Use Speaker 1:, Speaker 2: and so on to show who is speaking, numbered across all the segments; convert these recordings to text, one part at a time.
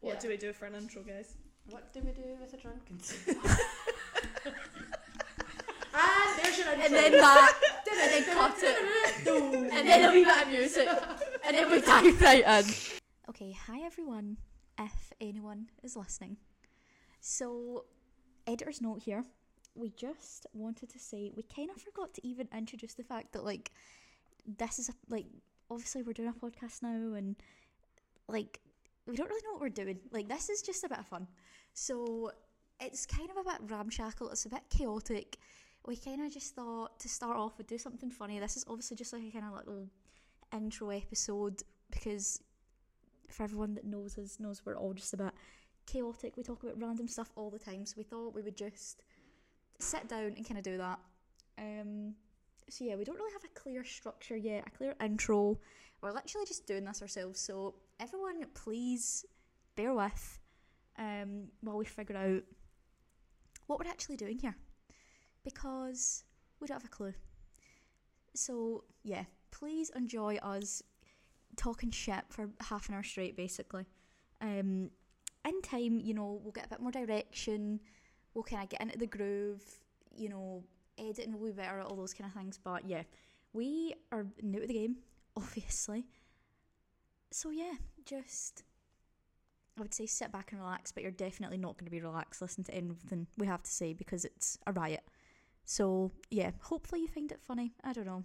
Speaker 1: What do we do for an intro, guys?
Speaker 2: What do we do with a drunken? and there's your intro.
Speaker 3: And then that, and then cut it, and then a wee bit of music, and then we dive right in. Okay, hi everyone, if anyone is listening. So, editor's note here. We just wanted to say we kind of forgot to even introduce the fact that like this is a, like obviously we're doing a podcast now and like we don't really know what we're doing. Like this is just a bit of fun. So it's kind of a bit ramshackle. It's a bit chaotic. We kind of just thought to start off, we'd do something funny. This is obviously just like a kind of little intro episode because for everyone that knows us knows we're all just a bit chaotic. We talk about random stuff all the time. So we thought we would just sit down and kind of do that. Um, so yeah, we don't really have a clear structure yet, a clear intro. We're literally just doing this ourselves. So everyone, please bear with um, while we figure out what we're actually doing here, because we don't have a clue. So yeah, please enjoy us talking shit for half an hour straight, basically. Um, in time, you know, we'll get a bit more direction. We'll kind of get into the groove. You know, editing will be better at all those kind of things. But yeah, we are new to the game, obviously. So yeah, just I would say sit back and relax, but you're definitely not going to be relaxed. Listen to anything we have to say because it's a riot. So yeah, hopefully you find it funny. I don't know.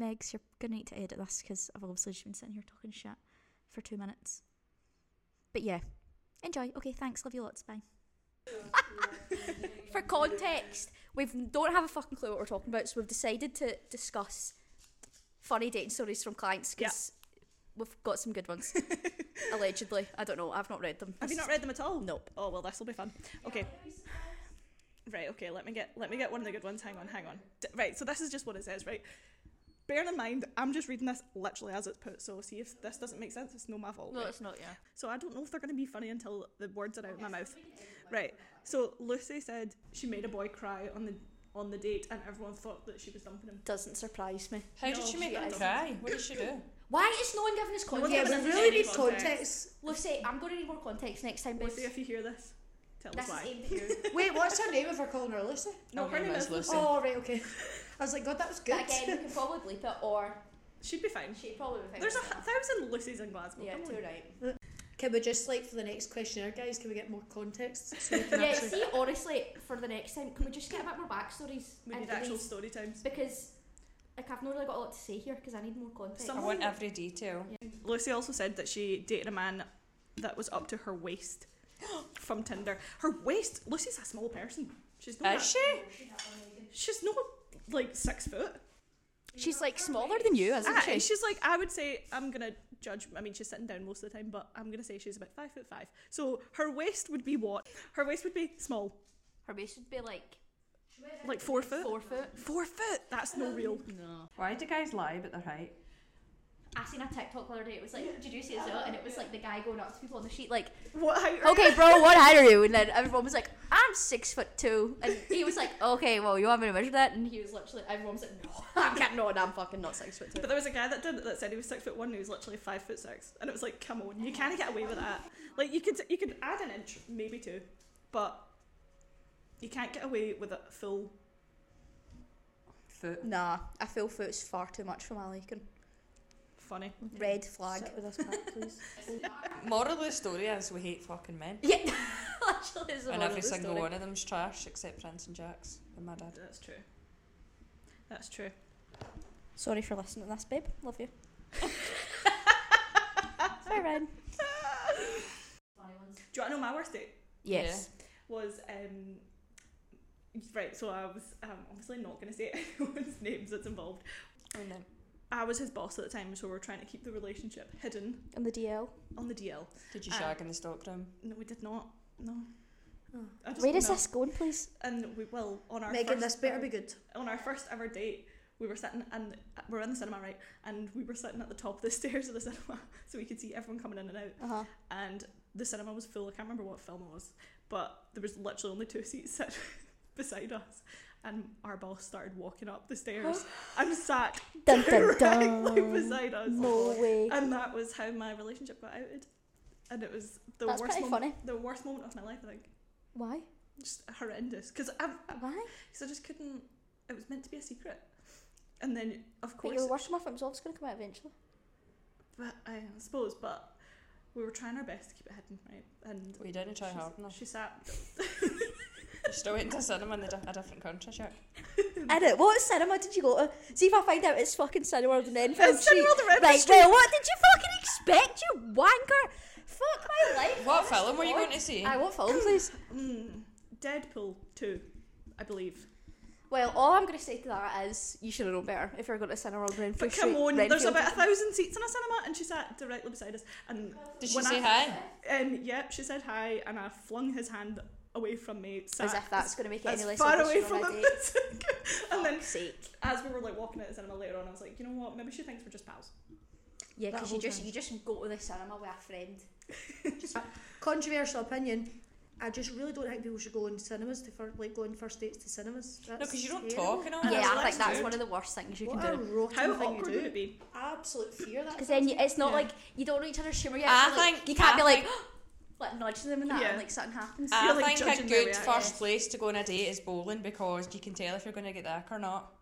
Speaker 3: Megs, you're gonna need to edit this because I've obviously just been sitting here talking shit for two minutes. But yeah, enjoy. Okay, thanks. Love you lots. Bye. for context, we don't have a fucking clue what we're talking about, so we've decided to discuss funny dating stories from clients because we've got some good ones. Allegedly, I don't know. I've not read them.
Speaker 1: Have you
Speaker 3: This
Speaker 1: not read them at all?
Speaker 3: Nope.
Speaker 1: Oh well, this will be fun. Okay. Right. Okay. Let me get let me get one of the good ones. Hang on. Hang on. D- right. So this is just what it says. Right. Bearing in mind, I'm just reading this literally as it's put. So see if this doesn't make sense, it's no my fault.
Speaker 3: is- No,
Speaker 1: right?
Speaker 3: it's not. Yeah.
Speaker 1: So I don't know if they're going to be funny until the words are out of my mouth. Right. So Lucy said she made a boy cry on the on the date, and everyone thought that she was dumping him.
Speaker 3: Doesn't surprise me.
Speaker 2: How
Speaker 1: No,
Speaker 2: did she make
Speaker 1: she
Speaker 2: them
Speaker 1: is.
Speaker 2: cry? What did she do?
Speaker 3: Why is no one giving us
Speaker 1: one
Speaker 3: context?
Speaker 1: Yeah,
Speaker 2: Yeah,
Speaker 1: but giving
Speaker 2: we
Speaker 1: us
Speaker 2: really
Speaker 1: any
Speaker 2: need
Speaker 1: context.
Speaker 2: context.
Speaker 3: Lucy, I'm going to need more context next time.
Speaker 1: Lucy,
Speaker 3: babe.
Speaker 1: if you hear this, tell
Speaker 3: This
Speaker 1: us
Speaker 3: is
Speaker 1: why.
Speaker 3: aimed at you.
Speaker 2: Wait, what's her name if we're calling her Lucy?
Speaker 1: No, her name is Lucy.
Speaker 2: Oh, right, okay. I was like, God, that was good.
Speaker 3: But again, you can probably bleep it, or
Speaker 1: She'd be fine.
Speaker 3: she probably would think
Speaker 1: There's a
Speaker 3: it's
Speaker 1: h-
Speaker 3: enough.
Speaker 1: thousand Lucys in Glasgow.
Speaker 3: Yeah,
Speaker 1: come
Speaker 3: too
Speaker 1: on.
Speaker 3: right.
Speaker 2: Can we just, like, for the next questionnaire, guys, can we get more context? So we can
Speaker 3: Yeah,
Speaker 2: actually...
Speaker 3: see, honestly, for the next time, can we just get a bit more backstories?
Speaker 1: We need
Speaker 3: into
Speaker 1: actual
Speaker 3: these?
Speaker 1: story times.
Speaker 3: Because, like, I've not really got a lot to say here because I need more context.
Speaker 1: Some-
Speaker 2: I want every detail.
Speaker 1: Lucy also said that she dated a man that was up to her waist from Tinder. Her waist. Lucy's a small person. She's not.
Speaker 2: Is
Speaker 1: that-
Speaker 2: she?
Speaker 1: She's not like six foot.
Speaker 3: She's like smaller than you,
Speaker 1: Ah, she's like I would say I'm gonna judge. I mean, she's sitting down most of the time, but I'm gonna say she's about five foot five. So her waist would be what? Her waist would be small,
Speaker 3: Her waist would be like
Speaker 1: like four foot.
Speaker 3: four foot.
Speaker 1: Four foot. That's no real.
Speaker 3: No.
Speaker 2: Why do guys lie about their height?
Speaker 3: I seen a TikTok the other day. It was like, did you see this? video?" And it was like the guy going up to people on the sheet, like,
Speaker 1: What height? are
Speaker 3: okay, bro, what height are you? And then everyone was like, I'm six foot two. And he was like, okay, well, you want me to measure that? And he was literally, everyone was like, no, I'm getting on, I'm fucking not six foot two.
Speaker 1: But there was a guy that did it that said he was six foot one and he was literally five foot six, and it was like, come on, you can't get away with that. Like you could you could add an inch, maybe two, but you can't get away with a full.
Speaker 2: Foot.
Speaker 3: Nah, I feel foot's far too much for my liking.
Speaker 1: Funny.
Speaker 3: Red flag.
Speaker 2: Sit with us, Pat, please. Moral of the story is we hate fucking men.
Speaker 3: Yeah, literally, it's the
Speaker 2: and
Speaker 3: moral
Speaker 2: every
Speaker 3: of the
Speaker 2: single
Speaker 3: story.
Speaker 2: one of them's trash except Prince and Jack's and my dad.
Speaker 1: That's true. That's true.
Speaker 3: Sorry for listening to this, babe. Love you. Bye, Ryan.
Speaker 1: Do you want to know my worst date?
Speaker 3: Yes.
Speaker 1: was um right so i was um, obviously not going to say anyone's names that's involved
Speaker 3: Oh,
Speaker 2: And then,
Speaker 1: i was his boss at the time so we are trying to keep the relationship hidden
Speaker 3: And the DL.
Speaker 1: on the dl
Speaker 2: did you
Speaker 1: Um,
Speaker 3: Ah.
Speaker 2: shag in the stockroom?
Speaker 1: no we did not no I just
Speaker 3: Where is
Speaker 1: no.
Speaker 3: this going, please?
Speaker 1: and we will on our
Speaker 2: Oh. Megan,
Speaker 1: first
Speaker 2: this better be good.
Speaker 1: on our first ever date we were sitting and we're in the cinema right and we were sitting at the top of the stairs of the cinema so we could see everyone coming in and out
Speaker 3: Uh huh.
Speaker 1: and the cinema was full. I can't remember what film it was, but there was literally only two seats sit beside us, and our boss started walking up the stairs and sat
Speaker 3: Dun dun
Speaker 1: directly
Speaker 3: dun.
Speaker 1: beside us.
Speaker 3: No way.
Speaker 1: Um, And that was how my relationship got outed. and it was the
Speaker 3: That's
Speaker 1: worst
Speaker 3: pretty
Speaker 1: moment,
Speaker 3: funny.
Speaker 1: the worst moment of my life. I think
Speaker 3: Why?
Speaker 1: just horrendous because I, I,
Speaker 3: Why?
Speaker 1: 'cause I just couldn't. It was meant to be a secret, and then of
Speaker 3: But
Speaker 1: course,
Speaker 3: you were working with him, so it's going to come out eventually.
Speaker 1: but I suppose, but we were trying our best to keep it hidden, right? And
Speaker 4: We didn't try
Speaker 1: she's-
Speaker 4: hard enough.
Speaker 1: she sat.
Speaker 4: Still went to cinema in a, di- a different country, sure.
Speaker 3: Edit. What cinema did you go to? See if I find out it's fucking cinema on the Enfield
Speaker 1: It's
Speaker 3: Street.
Speaker 1: Cineworld of Enfield
Speaker 3: Right,
Speaker 1: Street.
Speaker 3: well, what did you fucking expect, you wanker? Fuck my life.
Speaker 4: What
Speaker 3: honest
Speaker 4: film were you
Speaker 3: God.
Speaker 4: going to see?
Speaker 3: I want film, please.
Speaker 1: Mm, Deadpool two, I believe.
Speaker 3: Well, all I'm going to say to that is you should have known better if you're going to cinema on Renfield
Speaker 1: But come on, there's about a thousand seats in a cinema, and she sat directly beside us. And
Speaker 4: Did she
Speaker 1: when
Speaker 4: say
Speaker 1: I-
Speaker 4: hi?
Speaker 1: And yep, she said hi, and I flung his hand away from me. Sat
Speaker 3: As if that's going to make it
Speaker 1: as
Speaker 3: any less
Speaker 1: far
Speaker 3: of an
Speaker 1: away
Speaker 3: issue
Speaker 1: from
Speaker 3: on
Speaker 1: him.
Speaker 3: a date.
Speaker 1: and then,
Speaker 3: Fuck's sake.
Speaker 1: as we were like walking out of the cinema later on, I was like, you know what? Maybe she thinks we're just pals.
Speaker 3: Yeah,
Speaker 1: That
Speaker 3: because you
Speaker 1: whole
Speaker 3: just
Speaker 1: time.
Speaker 3: you just go to the cinema with a friend.
Speaker 2: Controversial opinion. I just really don't think people should go in cinemas to fir- like go on first dates to cinemas.
Speaker 4: No, because you don't
Speaker 2: That's
Speaker 4: talk and all
Speaker 1: And
Speaker 3: yeah,
Speaker 1: it's
Speaker 4: that.
Speaker 3: I think
Speaker 1: like
Speaker 3: that's
Speaker 1: food.
Speaker 3: one of the worst things you
Speaker 2: What
Speaker 3: can
Speaker 2: a
Speaker 3: do.
Speaker 2: rotten
Speaker 1: How
Speaker 2: thing
Speaker 1: awkward
Speaker 2: to
Speaker 1: would
Speaker 2: do.
Speaker 1: it be?
Speaker 2: Absolute fear. That
Speaker 3: Because then you, it's not
Speaker 1: Yeah.
Speaker 3: like you don't know each other's humor yet.
Speaker 4: I
Speaker 3: so, like,
Speaker 4: think-
Speaker 3: you can't
Speaker 4: I
Speaker 3: be like
Speaker 4: think-
Speaker 3: like nudge them and that,
Speaker 1: Yeah.
Speaker 3: and like something happens.
Speaker 4: I
Speaker 1: You're, like,
Speaker 4: think a
Speaker 1: judging their
Speaker 4: good
Speaker 1: reactions.
Speaker 4: first place to go on a date is bowling because you can tell if you're going to get the ick or not.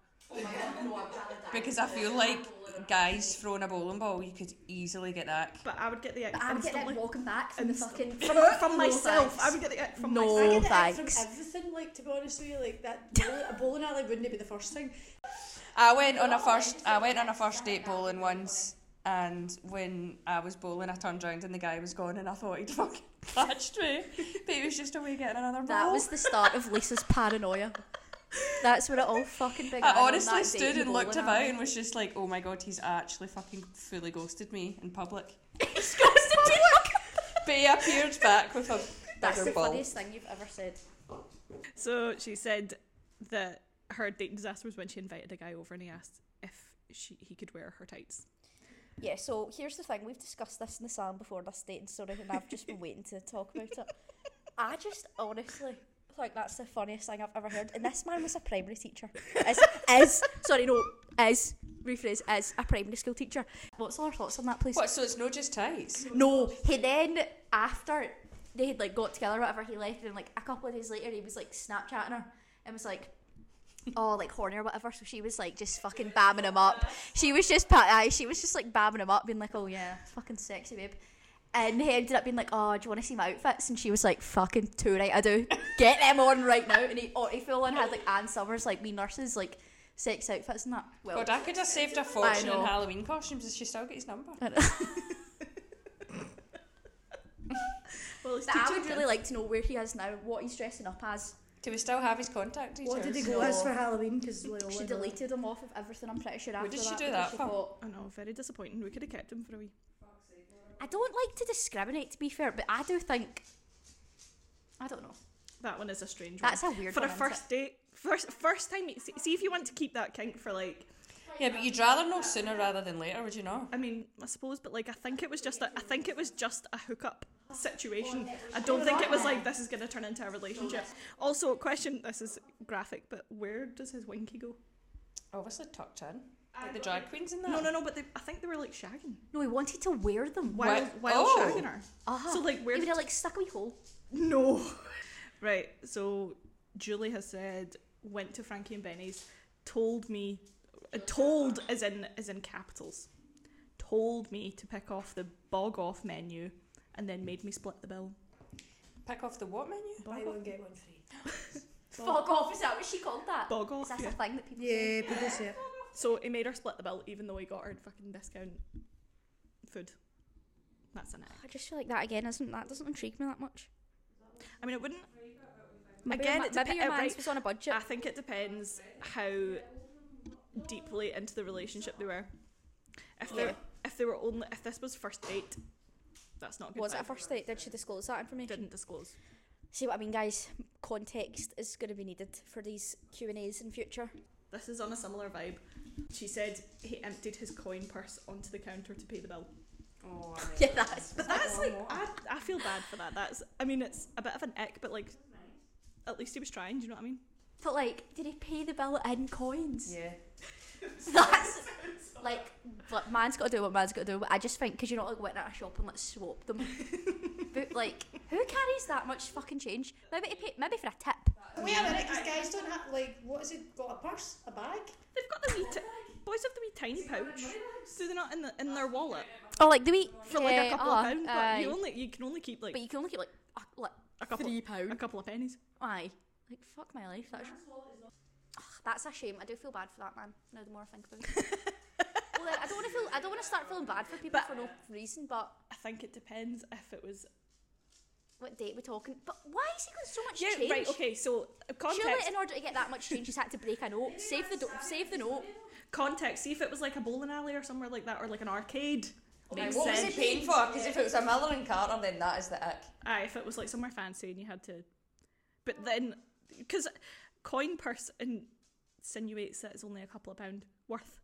Speaker 4: Because I feel like guys throwing a bowling ball, you could easily get that.
Speaker 1: But I would get the ick
Speaker 3: but I'm getting
Speaker 1: instantly.
Speaker 3: like, walking back from the
Speaker 1: Instantly.
Speaker 3: fucking
Speaker 1: from, from
Speaker 3: No
Speaker 1: myself.
Speaker 3: thanks.
Speaker 1: I would get the ick from
Speaker 3: No.
Speaker 1: myself.
Speaker 2: I
Speaker 3: Oh,
Speaker 2: get that from
Speaker 3: thanks.
Speaker 2: everything. Like to be honest with you, like that bowling, a bowling alley wouldn't be the first thing.
Speaker 4: I went on a first I went on a first date bowling once and when I was bowling I turned round and the guy was gone and I thought he'd fucking catched me. But he was just away getting another ball.
Speaker 3: That was the start of Lisa's paranoia. That's where it all fucking began.
Speaker 4: I
Speaker 3: on
Speaker 4: honestly
Speaker 3: that date
Speaker 4: stood
Speaker 3: in
Speaker 4: and looked
Speaker 3: bowling
Speaker 4: about
Speaker 3: alley.
Speaker 4: and was just like, oh my god, he's actually fucking fully ghosted me in public.
Speaker 3: Disgusted me.
Speaker 4: But he appeared back with a
Speaker 3: That's the
Speaker 4: bigger ball.
Speaker 3: funniest thing you've ever said.
Speaker 1: So she said that her dating disaster was when she invited a guy over and he asked if she he could wear her tights.
Speaker 3: Yeah, so here's the thing. We've discussed this in the salon before this dating story, and I've just been waiting to talk about it. I just honestly think that's the funniest thing I've ever heard. And this man was a primary teacher. As, as sorry, no, as rephrase, as a primary school teacher. What's all our thoughts on that, please?
Speaker 4: What, so it's not just tights?
Speaker 3: No, he then after they had like got together, or whatever, he left, and like a couple of days later, he was like Snapchatting her and was like. oh, like horny or whatever. So she was like just fucking bamming him up. She was just, pa- aye, she was just like bamming him up, being like, oh yeah, it's fucking sexy, babe. And he ended up being like, oh, do you want to see my outfits? And she was like, fucking too right, I do. Get them on right now. And he, oh, he full on had like Anne Summers, like me nurses, like sex outfits and that. Well,
Speaker 4: God, I could have saved a fortune in
Speaker 3: know.
Speaker 4: Halloween costumes if she still got his number.
Speaker 1: Well, it's
Speaker 3: but I would really like to know where he is now, what he's dressing up as.
Speaker 4: Do we still have his contact details?
Speaker 2: What did they
Speaker 3: he No.
Speaker 2: go as for Halloween? Because like,
Speaker 3: She deleted him off of everything. I'm pretty sure after
Speaker 4: What did she
Speaker 3: that.
Speaker 4: do that
Speaker 3: because
Speaker 4: for?
Speaker 3: thought-
Speaker 1: I know, very disappointing. We could have kept him for a wee.
Speaker 3: I don't like to discriminate, to be fair, but I do think. I don't know.
Speaker 1: That one is a strange
Speaker 3: That's a
Speaker 1: one.
Speaker 3: weird
Speaker 1: for
Speaker 3: one.
Speaker 1: a
Speaker 3: isn't it?
Speaker 1: first date. First first time see, see if you want to keep that kink for like
Speaker 4: Yeah, but you'd rather know sooner rather than later, would you not?
Speaker 1: I mean, I suppose, but like I think it was just a I think it was just a hookup situation. I don't think it was like this is gonna turn into a relationship. Also, question this is graphic, but where does his winky go?
Speaker 4: Obviously tucked in. Like the drag queens in that.
Speaker 1: No no no, but they, I think they were like shagging.
Speaker 3: No, he wanted to wear them.
Speaker 1: While
Speaker 4: What?
Speaker 1: while
Speaker 4: Oh.
Speaker 1: shagging her.
Speaker 3: Uh-huh.
Speaker 1: So like where
Speaker 3: Even like stuck a wee hole.
Speaker 1: No. Right, so Julie has said went to Frankie and Benny's, told me uh, told as in as in capitals. Told me to pick off the bog off menu and then made me split the bill.
Speaker 4: Pick off the what menu?
Speaker 2: buy one get one free.
Speaker 3: Fuck off! Is that what she called that?
Speaker 1: Bog off.
Speaker 3: Is that
Speaker 1: yeah.
Speaker 3: a thing that people say?
Speaker 2: Yeah, people say it.
Speaker 1: So he made her split the bill even though he got her fucking discount food. That's an it.
Speaker 3: I just feel like that again isn't that doesn't intrigue me that much.
Speaker 1: I mean it wouldn't
Speaker 3: Maybe
Speaker 1: Again,
Speaker 3: your, ma-
Speaker 1: it
Speaker 3: maybe
Speaker 1: depe-
Speaker 3: your
Speaker 1: uh,
Speaker 3: man's
Speaker 1: right.
Speaker 3: was on a budget.
Speaker 1: I think it depends how deeply into the relationship they were. If they
Speaker 3: Yeah.
Speaker 1: if they were only if this was first date, that's not a good.
Speaker 3: was it
Speaker 1: vibe.
Speaker 3: a first date? Did she disclose that information?
Speaker 1: Didn't disclose.
Speaker 3: See what I mean, guys? Context is going to be needed for these Q and A's in future.
Speaker 1: This is on a similar vibe. She said he emptied his coin purse onto the counter to pay the bill.
Speaker 4: Oh,
Speaker 3: Yeah, that's.
Speaker 1: But that's like I, I feel bad for that. That's I mean it's a bit of an ick, but like at least he was trying. Do you know what I mean?
Speaker 3: But like, did he pay the bill in coins?
Speaker 4: Yeah.
Speaker 3: That's Like, but man's got to do what man's got to do. But I just think because you're not like went at a shop and like swap them. but like, who carries that much fucking change? Maybe to pay, maybe for a tip.
Speaker 2: Wait a minute, these guys don't have, like, what is it, got a purse? A bag?
Speaker 1: They've got the wee ti- boys have the wee tiny pouch. Do they not in the in their wallet
Speaker 3: Or like the wee
Speaker 1: for Oh, like a
Speaker 3: yeah,
Speaker 1: couple
Speaker 3: oh,
Speaker 1: of pounds? But
Speaker 3: aye.
Speaker 1: you only you can only keep like
Speaker 3: But you can only keep like a, like
Speaker 1: a couple
Speaker 3: three
Speaker 1: a
Speaker 3: pound.
Speaker 1: couple of pennies.
Speaker 3: Aye, like fuck my life. That's Ugh, that's a shame. I do feel bad for that man. Now the more I think about it. well, like, I don't want to feel. I don't want to start feeling bad for people
Speaker 1: But-
Speaker 3: for no reason. But
Speaker 1: I think it depends if it was
Speaker 3: what date we're talking? But why is he got so much
Speaker 1: yeah
Speaker 3: change?
Speaker 1: right okay so uh,
Speaker 3: Surely,
Speaker 1: context
Speaker 3: in order to get that much change, he's had to break a note. Save the do- save the note.
Speaker 1: context see if it was like a bowling alley or somewhere like that or like an arcade
Speaker 4: Like,
Speaker 1: makes
Speaker 4: what was
Speaker 1: sense
Speaker 4: he paying for? Because if it was a Miller and Carter, then that is the ick.
Speaker 1: Aye, if it was like somewhere fancy and you had to. But then, because coin purse insinuates that it's only a couple of pound worth.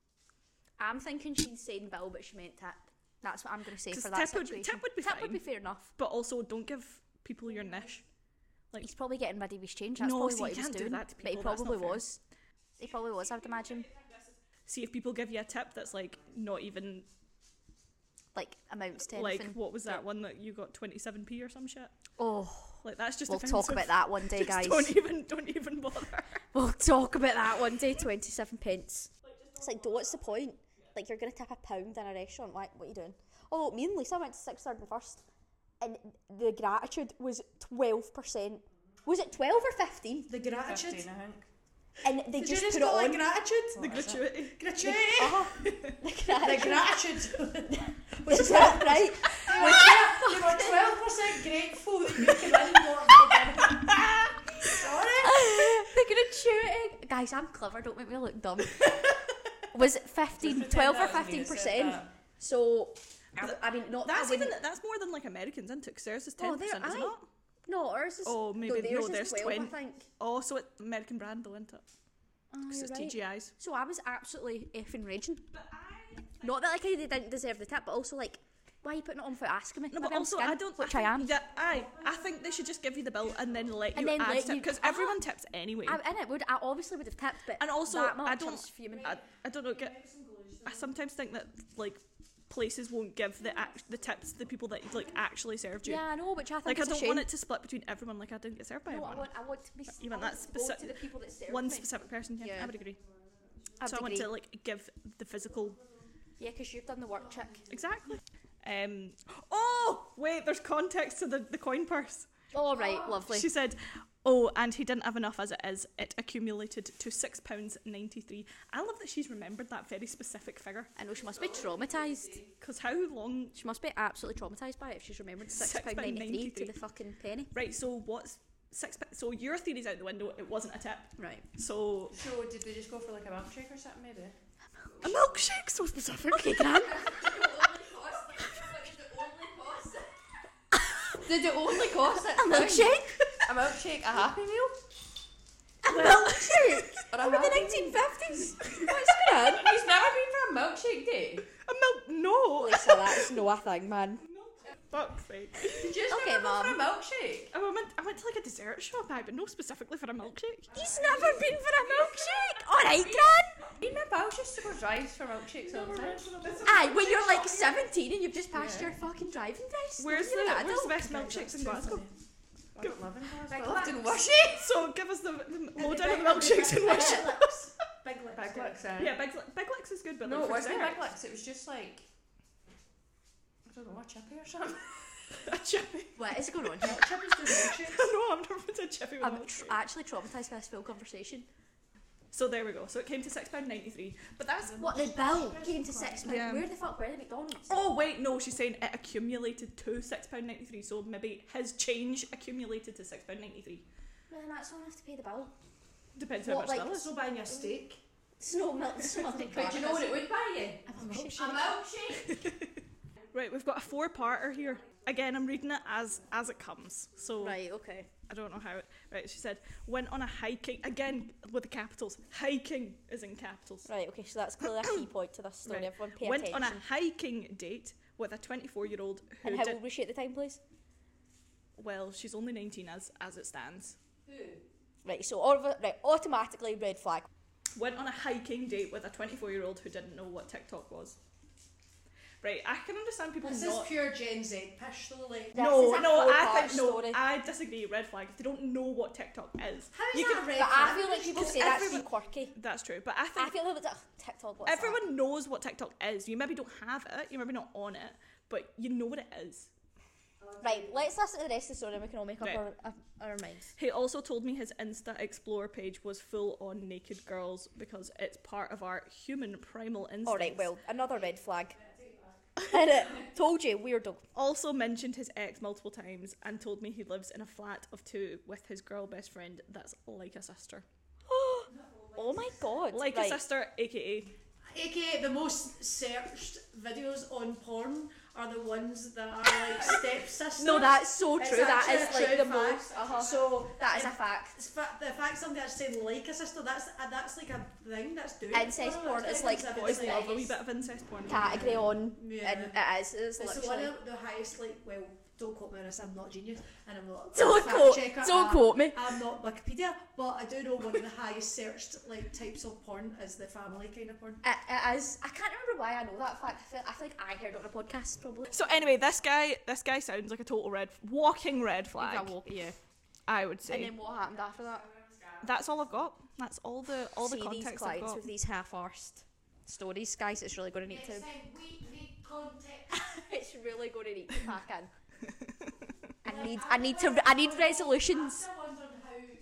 Speaker 3: I'm thinking she's saying bill, but she meant tip. That's what I'm going to say
Speaker 1: 'Cause
Speaker 3: for that
Speaker 1: tip would-
Speaker 3: situation.
Speaker 1: tip would be
Speaker 3: tip would be
Speaker 1: fine.
Speaker 3: fair enough.
Speaker 1: But also, don't give people your niche. Like,
Speaker 3: He's probably getting rid of his change. That's
Speaker 1: No,
Speaker 3: probably
Speaker 1: see,
Speaker 3: what
Speaker 1: you
Speaker 3: he was
Speaker 1: can't do
Speaker 3: doing.
Speaker 1: that to
Speaker 3: but he
Speaker 1: people, that's not
Speaker 3: probably
Speaker 1: fair.
Speaker 3: was. He probably was. I would imagine
Speaker 1: see if people give you a tip that's like not even
Speaker 3: like amounts to
Speaker 1: like
Speaker 3: anything.
Speaker 1: what was that one that you got twenty seven p or some shit.
Speaker 3: Oh,
Speaker 1: Like that's just.
Speaker 3: we'll talk
Speaker 1: offensive.
Speaker 3: about that one day,
Speaker 1: Just
Speaker 3: guys.
Speaker 1: Don't even, don't even bother.
Speaker 3: We'll talk about that one day. Twenty-seven pence. It's like, what's the point? Like, you're gonna tip a pound in a restaurant. Why? What are you doing? Oh, me and Lisa went to Sixth Third and First, and the gratitude was twelve percent. Was it twelve or fifteen?
Speaker 2: The gratitude.
Speaker 4: I think.
Speaker 3: And they
Speaker 2: Did
Speaker 3: just,
Speaker 2: you just
Speaker 3: put it
Speaker 2: call it
Speaker 3: on.
Speaker 2: gratitude?
Speaker 1: the gratuity.
Speaker 2: Gratuity!
Speaker 3: Uh-huh. the
Speaker 2: The
Speaker 3: gratitude.
Speaker 2: gratitude.
Speaker 3: Is that right?
Speaker 2: you got 12% grateful that you came in and got the dinner. Sorry.
Speaker 3: They're gonna shoot it. Guys, I'm clever, don't make me look dumb. was it 15, 12 or 15%? So, I, I mean, not
Speaker 1: That's
Speaker 3: I
Speaker 1: even
Speaker 3: wouldn't-
Speaker 1: that's more than like Americans, isn't it? 'Cause theirs is
Speaker 3: Oh,
Speaker 1: ten
Speaker 3: they're
Speaker 1: percent, is it
Speaker 3: aye.
Speaker 1: not?
Speaker 3: No, ours is.
Speaker 1: Oh, maybe-
Speaker 3: no,
Speaker 1: no,
Speaker 3: theirs
Speaker 1: theirs
Speaker 3: is 12, I
Speaker 1: 20.
Speaker 3: think.
Speaker 1: Oh, so it's American brand though, isn't it?
Speaker 3: Oh,
Speaker 1: 'Cause
Speaker 3: you're
Speaker 1: it's
Speaker 3: right.
Speaker 1: TGI's.
Speaker 3: So I was absolutely effing raging.
Speaker 1: But I
Speaker 3: Not that like I didn't deserve the tip, but also like, why are you putting it on without asking me?
Speaker 1: No,
Speaker 3: Maybe
Speaker 1: but
Speaker 3: I'm
Speaker 1: also
Speaker 3: skint,
Speaker 1: I don't.
Speaker 3: which I,
Speaker 1: think
Speaker 3: am.
Speaker 1: That, aye, I think they should just give you the bill and then let
Speaker 3: And
Speaker 1: you
Speaker 3: then
Speaker 1: add
Speaker 3: let
Speaker 1: tip
Speaker 3: you-
Speaker 1: because
Speaker 3: Ah.
Speaker 1: everyone tips anyway.
Speaker 3: I'm in it. Would I obviously would have tipped, but
Speaker 1: and also,
Speaker 3: that much,
Speaker 1: I
Speaker 3: I
Speaker 1: don't.
Speaker 3: was fuming.
Speaker 1: I, I don't know. Get, I sometimes think that like places won't give the act, the tips to the people that like actually served you.
Speaker 3: yeah, I know, which I think
Speaker 1: like I
Speaker 3: is a
Speaker 1: don't
Speaker 3: shame.
Speaker 1: want it to split between everyone. Like I didn't get served by
Speaker 3: No, I
Speaker 1: everyone.
Speaker 3: want, I want to be
Speaker 1: Even
Speaker 3: I
Speaker 1: that
Speaker 3: want to go
Speaker 1: speci-
Speaker 3: to the people that served
Speaker 1: One
Speaker 3: me.
Speaker 1: specific person. Yeah,
Speaker 3: Yeah.
Speaker 1: I would agree.
Speaker 3: I'd
Speaker 1: so I want
Speaker 3: agree.
Speaker 1: to like give the physical
Speaker 3: Yeah, because you've done the work check.
Speaker 1: exactly. Um. Oh wait, there's context to the the coin purse.
Speaker 3: All right, lovely.
Speaker 1: She said, "Oh, and he didn't have enough as it is. It accumulated to six pounds ninety-three. I love that she's remembered that very specific figure.
Speaker 3: I know she must be traumatised.
Speaker 1: Cause how long?
Speaker 3: She must be absolutely traumatised by it if she's remembered six pound ninety-three to
Speaker 1: £6.93.
Speaker 3: the fucking penny.
Speaker 1: Right. So what's six? p- So your theory's out the window. It wasn't a tip.
Speaker 3: Right.
Speaker 1: So
Speaker 4: So did they just go for like a milkshake or something maybe?
Speaker 1: a milkshake. So specific.
Speaker 3: Okay, Gran.
Speaker 4: Did it only cost it?
Speaker 3: A milkshake.
Speaker 4: A milkshake, a happy meal?
Speaker 3: A milkshake.
Speaker 4: Or a
Speaker 3: From the
Speaker 4: happy
Speaker 3: nineteen fifties. What's going on?
Speaker 4: He's never been for a milkshake day.
Speaker 1: A milk? No.
Speaker 3: Lisa, that's no a thing, man.
Speaker 1: Fuck's sake. Oh,
Speaker 4: Did you just
Speaker 3: Okay,
Speaker 4: never go for a
Speaker 3: Mum.
Speaker 4: milkshake?
Speaker 1: I went. I went to like a dessert shop, aye, but no specifically for a milkshake.
Speaker 3: He's never been for a milkshake. All right, Gran.
Speaker 4: Me and my pals used to go drives for milkshakes all the time.
Speaker 3: Aye, when you're like seventeen and you've just passed your fucking driving test.
Speaker 1: Where's the
Speaker 3: you're an
Speaker 1: Where's the
Speaker 3: adult.
Speaker 1: best milkshacks in Glasgow?
Speaker 4: I don't live in Glasgow.
Speaker 2: Big
Speaker 4: I lived in
Speaker 2: Macs.
Speaker 4: Washington.
Speaker 1: So give us the, the lowdown of
Speaker 2: Big-
Speaker 1: the milkshakes in Washington.
Speaker 2: Big lips. Big lips.
Speaker 4: Big Licks, eh?
Speaker 1: Yeah, Big Big Licks is good, but
Speaker 4: No,
Speaker 1: like
Speaker 4: it
Speaker 1: for
Speaker 4: wasn't
Speaker 1: dessert.
Speaker 4: Big Licks, it was just like... I don't know, a chippy or something.
Speaker 1: A chippy.
Speaker 3: What is going on?
Speaker 4: No, chippies do milkshakes.
Speaker 1: no, I've never been to a chippy with
Speaker 3: I'm
Speaker 1: milkshake.
Speaker 3: tr- actually traumatized by this full conversation.
Speaker 1: So there we go. So it came to six pound ninety three. But that's
Speaker 3: What the bill came to six pounds?
Speaker 1: Yeah.
Speaker 3: Where the fuck were the McDonald's?
Speaker 1: Oh wait, no, she's saying it accumulated to six pound ninety three. So maybe his change accumulated to six pound ninety three.
Speaker 3: Well, then that's all I have to pay the bill.
Speaker 1: Depends
Speaker 3: What,
Speaker 1: how much
Speaker 3: like-
Speaker 1: that is.
Speaker 2: That's no buying a steak.
Speaker 3: It's no milk. It's not milk.
Speaker 4: But do you know what it would buy you? A milkshake.
Speaker 1: Right, we've got a four parter here. Again, I'm reading it as as it comes. So
Speaker 3: Right. Okay.
Speaker 1: I don't know how it right, she said went on a hiking again with the capitals. Hiking is in capitals.
Speaker 3: Right. Okay. So that's clearly a key point to this story.
Speaker 1: Right.
Speaker 3: Everyone pay
Speaker 1: went
Speaker 3: attention.
Speaker 1: on a hiking date with a 24 year old who
Speaker 3: and how
Speaker 1: did
Speaker 3: will we shape the time, please?
Speaker 1: well she's only 19 as as it stands
Speaker 3: Right. So all of it, right. Automatically red flag.
Speaker 1: went on a hiking date with a 24 year old who didn't know what TikTok was. Right, I can understand people
Speaker 2: This is
Speaker 1: not.
Speaker 2: pure Gen Z pish though, like.
Speaker 3: This
Speaker 1: no,
Speaker 3: is a
Speaker 1: no, I
Speaker 3: four-part
Speaker 1: think no.
Speaker 3: story.
Speaker 1: I disagree. Red flag. If they don't know what TikTok is,
Speaker 2: How is
Speaker 1: You
Speaker 2: that
Speaker 1: can-
Speaker 2: a red
Speaker 3: But I
Speaker 2: flag?
Speaker 3: feel like people say that's being quirky.
Speaker 1: that's true. But I think
Speaker 3: I feel like it's, ugh, TikTok. What's that?
Speaker 1: everyone knows what TikTok is. You maybe don't have it. You maybe not on it, but you know what it is.
Speaker 3: Right, let's listen to the rest of the story and we can all make up
Speaker 1: Right.
Speaker 3: our, our, our minds.
Speaker 1: He also told me his Insta Explorer page was full on naked girls because it's part of our human primal instincts.
Speaker 3: Alright, well, another red flag. Innit? Told you, weirdo.
Speaker 1: Also mentioned his ex multiple times and told me he lives in a flat of two with his girl best friend that's like a sister.
Speaker 3: Oh my god.
Speaker 1: Like
Speaker 3: right.
Speaker 1: a sister, aka
Speaker 2: AKA the most searched videos on porn are the ones that are like stepsisters.
Speaker 3: No, that's so
Speaker 2: It's
Speaker 3: true. That
Speaker 2: actually
Speaker 3: is
Speaker 2: a
Speaker 3: like
Speaker 2: true
Speaker 3: the
Speaker 2: fact.
Speaker 3: most. Uh-huh.
Speaker 2: So
Speaker 3: That is
Speaker 2: the
Speaker 3: a fact.
Speaker 2: It's fa- the fact somebody that's saying like a sister, that's uh, that's like a thing that's doing.
Speaker 3: Incest porn is like
Speaker 1: boys
Speaker 3: It's
Speaker 1: love a
Speaker 3: nice.
Speaker 1: wee bit of incest porn.
Speaker 3: Category on.
Speaker 2: Yeah.
Speaker 3: And it is. It's
Speaker 2: It's one
Speaker 3: literally.
Speaker 2: of the highest like well. Don't quote me on this, I'm not a genius and I'm not a
Speaker 3: Don't
Speaker 2: fact
Speaker 3: quote-
Speaker 2: checker,
Speaker 3: don't
Speaker 2: I'm-
Speaker 3: quote me.
Speaker 2: I'm not Wikipedia, but I do know one of the highest searched like types of porn is the family kind of porn.
Speaker 3: It, it is. I can't remember why I know that fact. I feel, I feel like I heard it on a podcast probably.
Speaker 1: So anyway, this guy, this guy sounds like a total red, walking red flag.
Speaker 3: yeah.
Speaker 1: I would say.
Speaker 3: And then what happened after that?
Speaker 1: That's all I've got. That's all the all the
Speaker 3: See these
Speaker 1: context I've
Speaker 3: clients
Speaker 1: got.
Speaker 3: with these half-arsed stories, guys. It's really going to need to.
Speaker 2: we need context.
Speaker 3: It's really going to need to pack in. I need. I need to. I need resolutions.
Speaker 2: how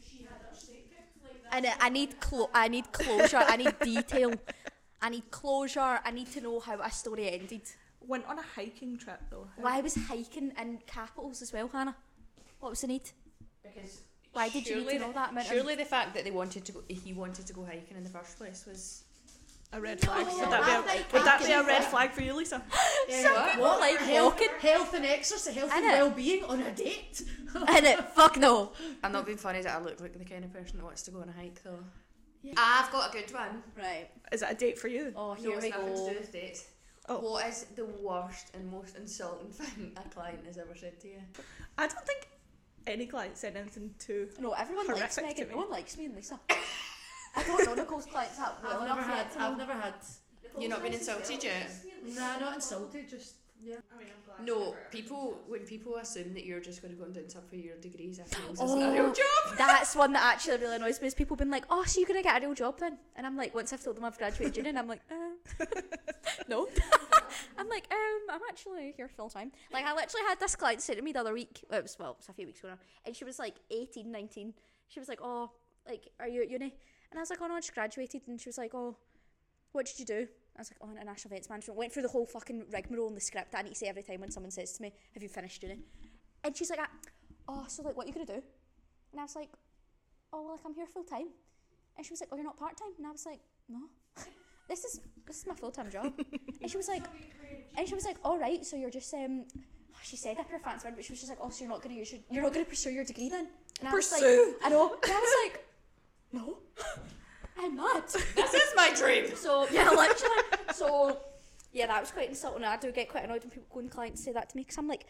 Speaker 2: she had her statement like
Speaker 3: And I I need clo- I need closure. I need detail. I need closure. I need to know how a story ended.
Speaker 1: Went on a hiking trip though.
Speaker 3: Why was hiking in capitals as well, Hannah? What was the need?
Speaker 4: Because
Speaker 3: Why did you need
Speaker 4: surely
Speaker 3: to know
Speaker 4: the-
Speaker 3: that amount of-
Speaker 4: Surely the fact that they wanted to go, he wanted to go hiking in the first place was
Speaker 1: A red flag.
Speaker 3: No,
Speaker 4: Oh,
Speaker 1: would that be
Speaker 2: I
Speaker 1: a,
Speaker 2: think
Speaker 1: would that
Speaker 2: I
Speaker 1: be a
Speaker 2: can-
Speaker 1: red flag for you, Lisa?
Speaker 2: Yeah,
Speaker 4: What?
Speaker 3: people like
Speaker 2: health,
Speaker 3: walking.
Speaker 2: health and exercise, health and
Speaker 3: Innit?
Speaker 2: well-being on a date.
Speaker 3: In it, fuck no.
Speaker 4: I'm not being funny that I look like the kind of person that wants to go on a hike though I've got a good one
Speaker 3: Right.
Speaker 1: Is that a date for you?
Speaker 3: Oh,
Speaker 4: no
Speaker 3: here
Speaker 4: it's
Speaker 3: we
Speaker 4: nothing to
Speaker 3: go.
Speaker 4: do with dates
Speaker 1: Oh.
Speaker 4: what is the worst and most insulting thing a client has ever said to you
Speaker 1: I don't think any client said anything to.
Speaker 3: No, everyone likes
Speaker 1: Horrific to
Speaker 3: Megan.
Speaker 1: me.
Speaker 3: No one likes me and Lisa. I don't know Nicole's clients that well
Speaker 2: I've
Speaker 3: enough
Speaker 2: never had.
Speaker 3: yet to
Speaker 2: I've
Speaker 3: know.
Speaker 2: never had.
Speaker 4: you're not being insulted yet
Speaker 2: Nah, not insulted. Just yeah.
Speaker 4: no people when people assume that you're just going to go and do something for your degrees I feel
Speaker 3: Oh.
Speaker 4: oh. a real job
Speaker 3: That's one that actually really annoys me is people being like, "Oh, so you're gonna get a real job then?" And I'm like, once I've told them I've graduated uni, and I'm like, uh, "No." I'm like, um, I'm actually here full time. Like, I literally had this client say to me the other week. It was well, it was a few weeks ago now, and she was like 18, 19. She was like, "Oh, like, are you at uni?" And I was like, "Oh no, I just graduated." And she was like, "Oh, what did you do?" I was like, "Oh, international events management." Went through the whole fucking rigmarole in the script that I need to say every time when someone says to me, "Have you finished uni?" And she's like, "Ah, "Oh, so like, what are you gonna do?" And I was like, oh, well, like I'm here full time. And she was like, oh, you're not part time. And I was like, no, this is this is my full time job. and she was like, and she was like, all right, so you're just um, she said that her fancy word, but she was just like, oh, so you're not gonna use your, you're not gonna pursue your degree then? And I was
Speaker 1: Pursue?
Speaker 3: like, I know. And I was like, no, I'm not.
Speaker 4: this is my dream
Speaker 3: So yeah, literally. so yeah, that was quite insulting. I do get quite annoyed when people go and clients say that to me because I'm like,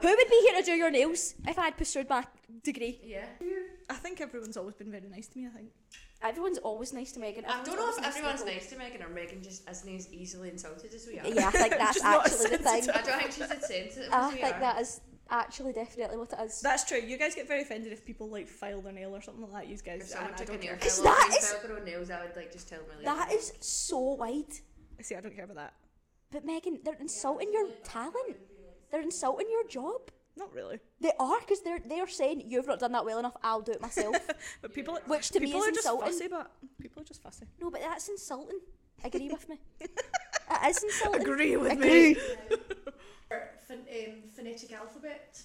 Speaker 3: who would be here to do your nails if I had pursued my degree?
Speaker 4: yeah
Speaker 1: I think everyone's always been very nice to me. I think.
Speaker 3: Everyone's always nice to Megan.
Speaker 4: I don't
Speaker 3: Everyone's
Speaker 4: know
Speaker 3: always
Speaker 4: if
Speaker 3: nice to
Speaker 4: everyone's
Speaker 3: Nicole.
Speaker 4: nice to Megan or Megan just isn't as easily insulted as we are
Speaker 3: Yeah, I think that's
Speaker 1: Just not
Speaker 3: actually the thing.
Speaker 4: I don't think she's as sensitive
Speaker 3: I
Speaker 4: as we
Speaker 3: think
Speaker 4: are
Speaker 3: that is actually definitely what it is.
Speaker 1: That's true. You guys get very offended if people like file their nail or something like that. You
Speaker 4: If
Speaker 1: guys,
Speaker 4: someone
Speaker 1: and I
Speaker 4: took a
Speaker 1: don't
Speaker 4: nail
Speaker 1: care.
Speaker 3: Is
Speaker 4: file off
Speaker 3: that-
Speaker 4: and
Speaker 3: is-
Speaker 4: fell through her nails, I would like just tell my
Speaker 3: That is so wide.
Speaker 1: See, I don't care about that.
Speaker 3: But Megan, they're insulting your talent. They're insulting your job.
Speaker 1: Not really.
Speaker 3: They are because they're they're saying you've not done that well enough. I'll do it myself.
Speaker 1: But people,
Speaker 3: Which to me
Speaker 1: people
Speaker 3: is
Speaker 1: are just
Speaker 3: insulting.
Speaker 1: fussy. But people are just fussy.
Speaker 3: no, but that's insulting. Agree with me. It is insulting.
Speaker 1: Agree with
Speaker 3: Agree.
Speaker 1: me.
Speaker 2: Ph- um, phonetic alphabet.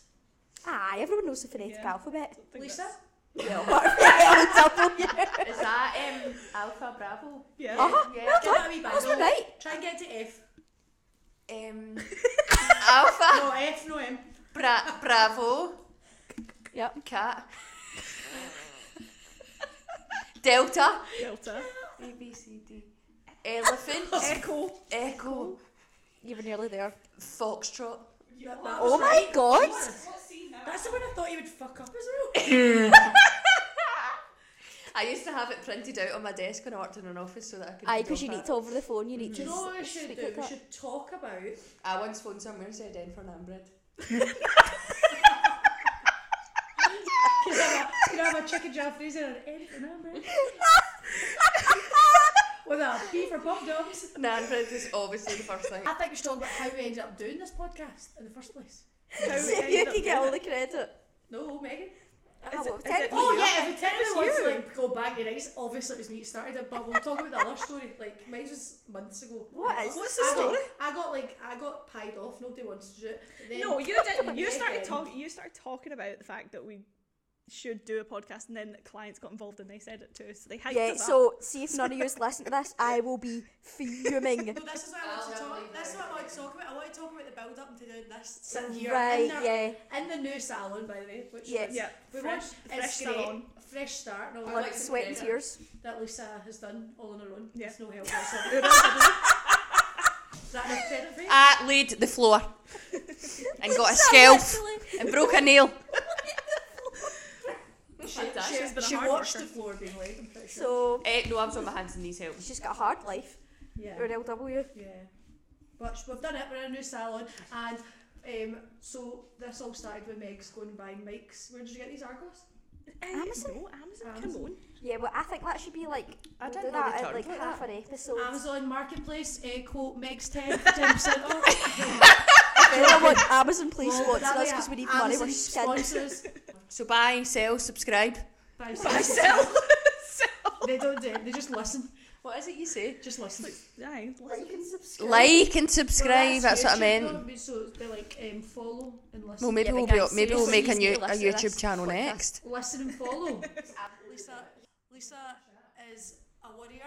Speaker 3: Aye, everyone knows the phonetic
Speaker 1: Yeah.
Speaker 3: alphabet.
Speaker 1: I think
Speaker 2: Lisa.
Speaker 1: that's-
Speaker 3: Well, double you.
Speaker 4: Is that um, Alpha Bravo?
Speaker 1: Yeah.
Speaker 3: Uh-huh.
Speaker 4: Yeah.
Speaker 3: Well
Speaker 2: Get
Speaker 3: done.
Speaker 2: that wee
Speaker 3: That's
Speaker 2: bangle.
Speaker 3: right.
Speaker 2: Try and get to F.
Speaker 4: Um,
Speaker 3: Ah.
Speaker 2: No
Speaker 4: Alpha
Speaker 2: F, no M.
Speaker 4: Bra- Bravo
Speaker 3: Yep.
Speaker 4: Cat Delta
Speaker 1: Delta.
Speaker 4: A B C D Elephant
Speaker 1: Echo.
Speaker 4: Echo
Speaker 3: You were nearly there.
Speaker 4: Foxtrot.
Speaker 2: That- that
Speaker 3: Oh
Speaker 2: was
Speaker 3: my
Speaker 2: right.
Speaker 3: god.
Speaker 2: That's the one I thought you would fuck up as well.
Speaker 5: I used to have it printed out on my desk when I worked in an office so that I could.
Speaker 3: Aye,
Speaker 5: read
Speaker 3: because
Speaker 5: off
Speaker 3: you
Speaker 5: it.
Speaker 3: need to over the phone. You need
Speaker 2: Do
Speaker 3: to.
Speaker 2: you know what we
Speaker 3: s-
Speaker 2: should
Speaker 3: speak
Speaker 2: do?
Speaker 3: like
Speaker 2: We
Speaker 3: that.
Speaker 2: should talk about.
Speaker 4: I once phoned someone and said N for Nambred.
Speaker 2: Can I have a, can I have a chicken Japanese and an egg for Nambred? With a P for pop dogs.
Speaker 5: Nanfred is obviously the first thing.
Speaker 2: I think we should talk about how we ended up doing this podcast in the first place.
Speaker 1: How
Speaker 3: See if
Speaker 1: we
Speaker 3: you
Speaker 1: ended
Speaker 3: can
Speaker 1: up
Speaker 3: get all
Speaker 1: doing
Speaker 3: the credit.
Speaker 2: No, Megan.
Speaker 3: Ah,
Speaker 1: it-
Speaker 3: well,
Speaker 1: is
Speaker 3: ten-
Speaker 1: it-
Speaker 2: Oh
Speaker 1: You.
Speaker 2: yeah, if we tell
Speaker 1: It's
Speaker 2: anyone
Speaker 1: you.
Speaker 2: to like go back to rights, obviously it was me that started it, but we'll talk about that other story. Like mine was months ago.
Speaker 3: What
Speaker 1: it.
Speaker 3: is-
Speaker 1: What's the
Speaker 2: I
Speaker 1: story?
Speaker 2: Got, I got like I got pied off. Nobody wants to do it. Then
Speaker 1: No, you did. You
Speaker 2: Yeah,
Speaker 1: started
Speaker 2: then.
Speaker 1: talking. You started talking about the fact that we should do a podcast, and then clients got involved and they said it too. So they hyped
Speaker 3: Yeah,
Speaker 1: us up.
Speaker 3: so see if none of you listen to this, I will be fuming.
Speaker 6: No, this is what I want to
Speaker 5: I'll
Speaker 6: talk.
Speaker 5: leave
Speaker 6: This is
Speaker 5: it.
Speaker 6: what I want to talk about. I want to talk about the build up to doing this.
Speaker 2: sitting here
Speaker 3: right,
Speaker 2: in, the,
Speaker 3: yeah.
Speaker 2: in the new salon, by the way, which
Speaker 3: Yeah.
Speaker 2: was
Speaker 1: yeah,
Speaker 2: We
Speaker 1: fresh,
Speaker 2: watched-
Speaker 1: fresh
Speaker 2: it's great.
Speaker 1: salon.
Speaker 2: fresh start. No,
Speaker 5: I
Speaker 3: Blood,
Speaker 5: like to
Speaker 3: sweat, and
Speaker 5: compare
Speaker 3: tears.
Speaker 2: that Lisa has done all on her own.
Speaker 1: Yeah.
Speaker 2: It's no help whatsoever. Is that enough credit for you?
Speaker 5: I laid the floor and got a scalp and broke a nail.
Speaker 2: She,
Speaker 1: She's been a
Speaker 2: she
Speaker 1: hard
Speaker 2: watched
Speaker 1: worker.
Speaker 2: the floor being laid. I'm pretty sure.
Speaker 3: So
Speaker 5: Eh, no, I was on my hands and knees help.
Speaker 3: she's got a hard life.
Speaker 2: yeah.
Speaker 3: Or an LW.
Speaker 2: Yeah. But sh- we've done it, we're in a new salon and um, so this all started with Meg's going and buying mics. Where did you get these Argos?
Speaker 1: Eh,
Speaker 3: Amazon?
Speaker 1: No, Amazon. Come
Speaker 2: Amazon.
Speaker 1: on.
Speaker 3: Yeah, but I think that should be like
Speaker 5: I
Speaker 3: we'll
Speaker 5: don't
Speaker 3: do
Speaker 5: know
Speaker 3: that
Speaker 5: the
Speaker 3: at
Speaker 5: term
Speaker 3: like
Speaker 5: for that.
Speaker 3: half an episode.
Speaker 2: Amazon Marketplace, eh, quote Meg's 10 for 10% off.
Speaker 3: If anyone want Amazon please
Speaker 2: Well,
Speaker 3: sponsor us
Speaker 2: that way uh,
Speaker 3: because we need money.
Speaker 2: Amazon
Speaker 3: We're skint.
Speaker 2: sponsors.
Speaker 5: So buy, sell, subscribe.
Speaker 2: Buy
Speaker 1: Buy,
Speaker 2: sell.
Speaker 1: sell, sell.
Speaker 2: They don't do it, they just listen.
Speaker 5: What is it you say?
Speaker 2: Just listen.
Speaker 1: Aye, Oh, listen.
Speaker 5: Like and subscribe.
Speaker 2: Well,
Speaker 5: that's what I
Speaker 2: YouTube,
Speaker 5: meant.
Speaker 2: though, but So they like um, follow and listen.
Speaker 5: Well, maybe
Speaker 3: Yeah,
Speaker 5: we'll
Speaker 3: but
Speaker 5: be,
Speaker 3: guys,
Speaker 5: maybe we'll make a new
Speaker 3: seriously, you need
Speaker 5: a
Speaker 3: to listen to
Speaker 5: YouTube
Speaker 3: this
Speaker 5: channel
Speaker 3: podcast.
Speaker 5: next.
Speaker 2: Listen and follow.
Speaker 6: Lisa, Lisa is a warrior.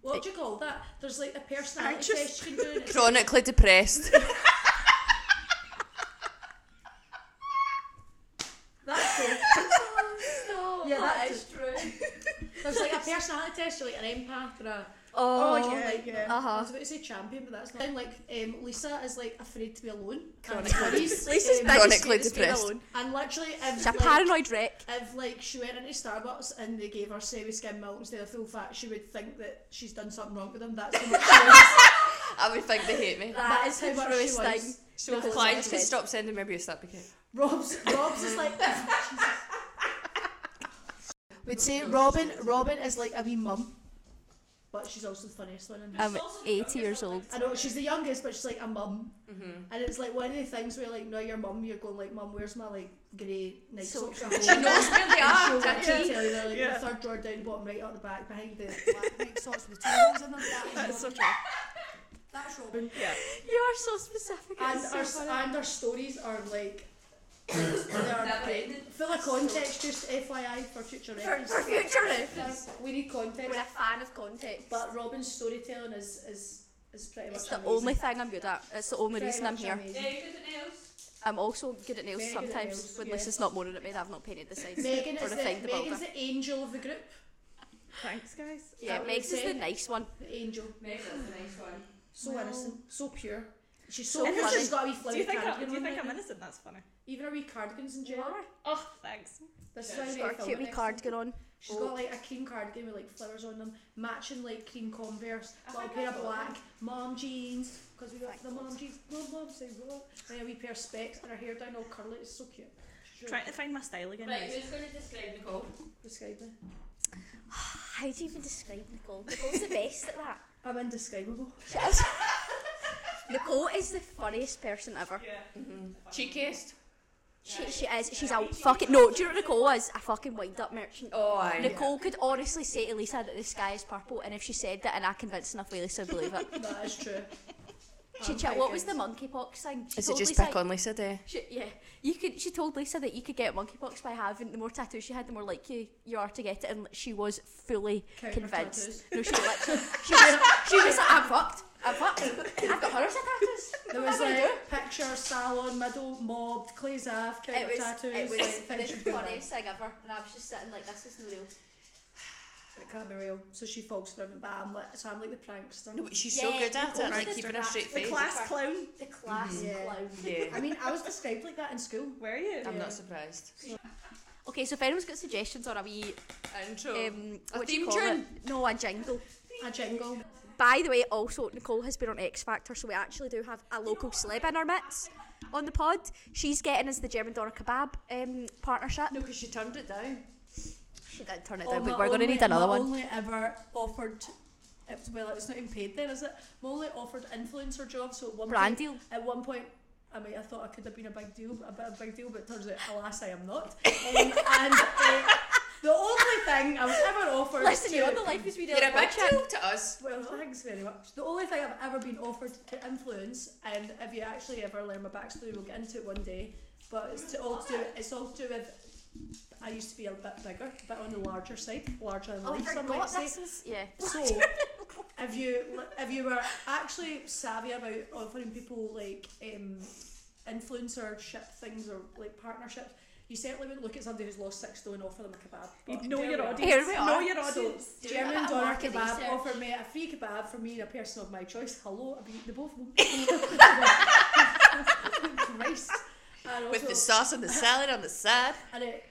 Speaker 2: What do you call that? There's like a personality
Speaker 1: Anxious.
Speaker 2: test you can do. And it's
Speaker 5: Chronically depressed.
Speaker 2: That's it.
Speaker 5: no,
Speaker 2: Yeah, that
Speaker 5: is true.
Speaker 2: There's like a personality test. You're like an empath or a.
Speaker 1: Oh,
Speaker 3: Oh,
Speaker 1: yeah,
Speaker 2: like,
Speaker 1: yeah.
Speaker 3: Uh
Speaker 2: I
Speaker 3: huh.
Speaker 2: was about to say champion, but that's not. And like um, Lisa is like afraid to be alone.
Speaker 5: Chronically
Speaker 2: And worries.
Speaker 3: Lisa's
Speaker 2: Um,
Speaker 5: biggest
Speaker 3: biggest fear is
Speaker 5: depressed.
Speaker 3: being alone.
Speaker 2: And literally,
Speaker 3: She's
Speaker 2: if
Speaker 3: a
Speaker 2: like,
Speaker 3: paranoid wreck.
Speaker 2: if like she went into Starbucks and they gave her semi skim milk instead of full fat, she would think that she's done something wrong with them. That's how much she was.
Speaker 5: I would think they hate me.
Speaker 2: That
Speaker 3: That
Speaker 2: is
Speaker 3: is
Speaker 2: how
Speaker 3: the
Speaker 2: much
Speaker 3: truest
Speaker 2: she was.
Speaker 3: thing.
Speaker 5: So
Speaker 3: No,
Speaker 5: if clients
Speaker 3: it's
Speaker 5: can
Speaker 3: not.
Speaker 5: stop sending me abuse, that'd be good.
Speaker 2: Rob's Rob's is like We'd say Robin Robin is like a wee mum. But she's also the funniest one in this.
Speaker 3: I'm 80 years old.
Speaker 2: I know she's the youngest, but she's like a mum.
Speaker 5: Mm-hmm.
Speaker 2: And it's like one of the things where like now your mum, you're going like, Mum, where's my like grey night
Speaker 3: So-
Speaker 2: socks? at
Speaker 5: She
Speaker 2: home?"
Speaker 5: knows where they are.
Speaker 2: And
Speaker 5: Jackie.
Speaker 2: she'll tell you they're like
Speaker 1: Yeah.
Speaker 2: the third drawer down the bottom right at the back behind the
Speaker 6: Black make socks with tails in them. That
Speaker 1: That's
Speaker 6: is
Speaker 1: so
Speaker 6: Robin.
Speaker 1: true.
Speaker 6: That's Robin.
Speaker 1: Yeah.
Speaker 3: You are so specific.
Speaker 2: and
Speaker 3: it's so
Speaker 2: our
Speaker 3: funny.
Speaker 2: and our stories are like they're great. Full of context, just FYI for future reference.
Speaker 3: for future reference.
Speaker 2: We need context.
Speaker 3: We're a fan of context.
Speaker 2: But Robin's storytelling is is is pretty much
Speaker 3: It's the
Speaker 2: amazing.
Speaker 3: only thing I'm good at. It's the only
Speaker 2: Pretty
Speaker 3: reason I'm
Speaker 2: much
Speaker 3: here.
Speaker 2: amazing.
Speaker 3: I'm also good at nails
Speaker 2: Very good at
Speaker 3: sometimes
Speaker 2: nails,
Speaker 3: when
Speaker 2: yeah.
Speaker 3: Lisa's not moaning at me that I've not painted the sides
Speaker 2: Megan
Speaker 3: or
Speaker 2: is the,
Speaker 3: refined the,
Speaker 2: Megan's
Speaker 3: builder.
Speaker 2: the angel of the group.
Speaker 1: Thanks, guys.
Speaker 2: that
Speaker 3: Yeah,
Speaker 2: what
Speaker 3: Meg's
Speaker 2: you're
Speaker 3: is the
Speaker 2: saying?
Speaker 3: nice one.
Speaker 2: The angel. So
Speaker 1: Well-
Speaker 2: innocent, so pure. She's so
Speaker 3: And
Speaker 2: pure.
Speaker 3: funny.
Speaker 2: She's got a wee
Speaker 1: Do
Speaker 2: flowery
Speaker 1: you think I,
Speaker 2: cardigan.
Speaker 1: do you
Speaker 2: on
Speaker 1: think
Speaker 2: right
Speaker 1: I'm
Speaker 2: now.
Speaker 1: innocent? That's funny.
Speaker 2: Even her wee cardigans in general.
Speaker 1: Oh, thanks.
Speaker 2: This is why
Speaker 3: She's
Speaker 2: we
Speaker 3: got a
Speaker 2: film
Speaker 3: cute
Speaker 2: it
Speaker 3: wee
Speaker 2: next
Speaker 3: cardigan
Speaker 2: time.
Speaker 3: on.
Speaker 2: She's got like a cream cardigan with like flowers on them, matching like cream Converse,
Speaker 1: I
Speaker 2: got a
Speaker 1: think
Speaker 2: pair
Speaker 1: I
Speaker 2: of
Speaker 1: got
Speaker 2: black mom jeans because we got
Speaker 3: Thank
Speaker 2: the mom jeans. Mom, mom, say what? And a wee pair of specs and her hair down all curly. It's so cute. She's really
Speaker 1: Trying to find my style again. guys.
Speaker 5: who's going to describe Nicole?
Speaker 2: describe me.
Speaker 3: How do you even describe Nicole? Nicole's the best at that.
Speaker 2: I'm indescribable.
Speaker 3: She is. Nicole is the funniest person ever.
Speaker 5: Cheekiest.
Speaker 3: She, she is. She's a fucking no. Do you know what Nicole is? A fucking wind up merchant.
Speaker 5: Oh, I.
Speaker 3: Nicole could honestly say to Lisa that the sky is purple, and if she said that, and I convinced enough, Lisa would believe it.
Speaker 2: That is true.
Speaker 3: She,
Speaker 2: I'm
Speaker 3: she,
Speaker 2: quite
Speaker 3: what was the
Speaker 2: good.
Speaker 3: monkeypox thing? She
Speaker 5: Is it
Speaker 3: told
Speaker 5: just
Speaker 3: Lisa-
Speaker 5: pick on Lisa Day?
Speaker 3: She, yeah, you could. She told Lisa that you could get monkeypox by having the more tattoos she had, the more likely you are to get it, and she was fully
Speaker 2: Counter
Speaker 3: convinced. No, she literally, she was, she was like, I'm fucked. I'm fucked. I've got horrors of tattoos.
Speaker 2: There
Speaker 3: What
Speaker 2: was
Speaker 3: am I gonna
Speaker 2: like picture, salon, middle, mobbed, clays off,
Speaker 3: do?
Speaker 2: counter
Speaker 3: it was,
Speaker 2: tattoos.
Speaker 3: it
Speaker 2: like,
Speaker 3: was
Speaker 2: things
Speaker 3: the
Speaker 2: you'd go
Speaker 3: funniest thing ever, and I was just sitting like, this is no real.
Speaker 2: around. It can't be real. So she falls for him, but I'm like, so I'm like the prankster.
Speaker 5: No, but she's
Speaker 3: Yeah,
Speaker 5: so good at
Speaker 3: Nicole
Speaker 5: it, like
Speaker 3: is
Speaker 5: keeping a straight
Speaker 1: The
Speaker 5: face.
Speaker 1: class clown.
Speaker 3: The class
Speaker 2: Mhm. Yeah.
Speaker 3: clown.
Speaker 5: Yeah.
Speaker 2: I mean, I was described like that in school.
Speaker 1: Where are you?
Speaker 2: Yeah.
Speaker 5: I'm not surprised.
Speaker 3: Okay, so if anyone's got suggestions or a wee
Speaker 4: Intro.
Speaker 3: um,
Speaker 4: A
Speaker 3: what do you
Speaker 4: theme
Speaker 3: call
Speaker 4: tune?
Speaker 3: it? No, a jingle.
Speaker 7: A jingle.
Speaker 3: By the way, also Nicole has been on X Factor, so we actually do have a local celeb in our midst on the pod. She's getting us the German Dora Kebab um, partnership.
Speaker 2: No, because she turned it down.
Speaker 3: She did turn it
Speaker 2: Oh,
Speaker 3: down,
Speaker 2: my
Speaker 3: but we're going to
Speaker 2: only-
Speaker 3: need another
Speaker 2: my
Speaker 3: one.
Speaker 2: only ever offered, it was, well, it was not even paid then, is it? My only offered influencer job, so at one
Speaker 3: Brand
Speaker 2: point,
Speaker 3: deal.
Speaker 2: at one point, I mean, I thought I could have been a big deal, a bit of a big deal, but it turns out, alas, I am not. Um, and uh, the only thing I was ever offered.
Speaker 3: Listen,
Speaker 2: to,
Speaker 3: you're on the Life is Real
Speaker 4: You're a big
Speaker 3: podcast.
Speaker 4: deal to us.
Speaker 2: Well, thanks very much. The only thing I've ever been offered to influence, and if you actually ever learn my backstory, we'll get into it one day. But it's to all to do, it's all to do with. I used to be a bit bigger, a bit on the larger side, larger than
Speaker 3: Oh, I
Speaker 2: life. some might
Speaker 3: forgot
Speaker 2: say.
Speaker 3: this was yeah.
Speaker 2: So, if you if you were actually savvy about offering people like um, influencership things or like partnerships, you certainly wouldn't look at somebody who's lost six stone and offer them a kebab.
Speaker 1: You'd
Speaker 2: But
Speaker 1: know
Speaker 2: there
Speaker 1: your
Speaker 2: we are.
Speaker 1: audience.
Speaker 3: we
Speaker 1: Know
Speaker 3: are.
Speaker 1: your
Speaker 2: So,
Speaker 1: audience.
Speaker 3: a bit
Speaker 2: German
Speaker 3: of
Speaker 2: doner
Speaker 3: market
Speaker 2: kebab
Speaker 3: research.
Speaker 2: offered me a free kebab for me and a person of my choice. Hello, I've eaten the both of them. Christ. And also,
Speaker 3: sauce and the salad on the side.
Speaker 2: and it,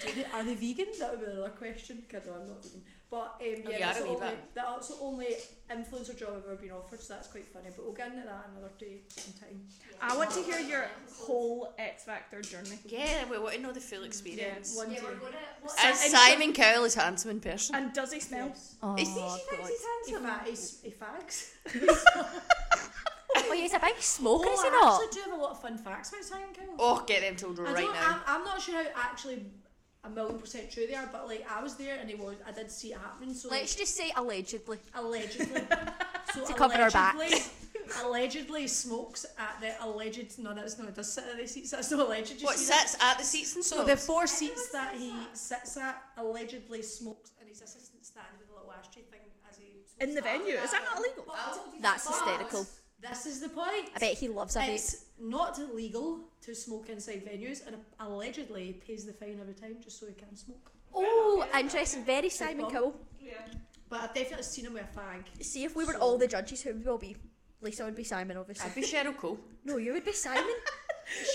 Speaker 2: do they, are they vegan? That would be another question. 'cause no, I'm not vegan. But um,
Speaker 4: Oh,
Speaker 2: yeah,
Speaker 4: yeah, I
Speaker 2: that's, the
Speaker 4: don't eat
Speaker 2: only,
Speaker 4: that.
Speaker 2: that's the only influencer job I've ever been offered, so that's quite funny. But we'll get into that another day and time.
Speaker 1: I want to hear your whole X Factor journey.
Speaker 3: Yeah, we want to know the full
Speaker 1: experience.
Speaker 2: One day.
Speaker 3: As Simon Cowell is handsome in person.
Speaker 1: And does he smell?
Speaker 3: Oh,
Speaker 4: Is he- she thinks he's
Speaker 2: He, fa- he's, he fags.
Speaker 3: oh, he's a big smoker, is he
Speaker 2: I
Speaker 3: not?
Speaker 2: actually do have a lot of fun facts about Simon Cowell.
Speaker 4: Oh, get them told
Speaker 2: I
Speaker 4: right
Speaker 2: don't,
Speaker 4: now.
Speaker 2: I'm, I'm not sure how actually a million percent true they are, but like I was there and it was I did see it happening. So
Speaker 3: Let's just say allegedly.
Speaker 2: allegedly, so
Speaker 3: To cover our
Speaker 2: allegedly- Allegedly smokes at the alleged. No, that's not. Does sit at the seats? That's not alleged. Did You
Speaker 4: What
Speaker 2: see that?
Speaker 4: sits at the seats and
Speaker 2: So
Speaker 4: so
Speaker 2: the four seats that he sits at allegedly smokes, and his assistant stands with a little ashtray thing as he smokes
Speaker 1: In the
Speaker 2: at him.
Speaker 1: venue? Is that not illegal?
Speaker 3: That's hysterical.
Speaker 2: This is the point.
Speaker 3: I bet he loves a vape.
Speaker 2: It's not legal to smoke inside venues, and allegedly he pays the fine every time just so he can smoke.
Speaker 3: Oh, interesting. Very Simon
Speaker 2: bomb.
Speaker 3: Cowell.
Speaker 2: But I've definitely seen him with a fag.
Speaker 3: See, if we were all the judges, who would we all be? Lisa would be Simon, obviously.
Speaker 4: I'd be Cheryl Cole.
Speaker 3: No, you would be Simon.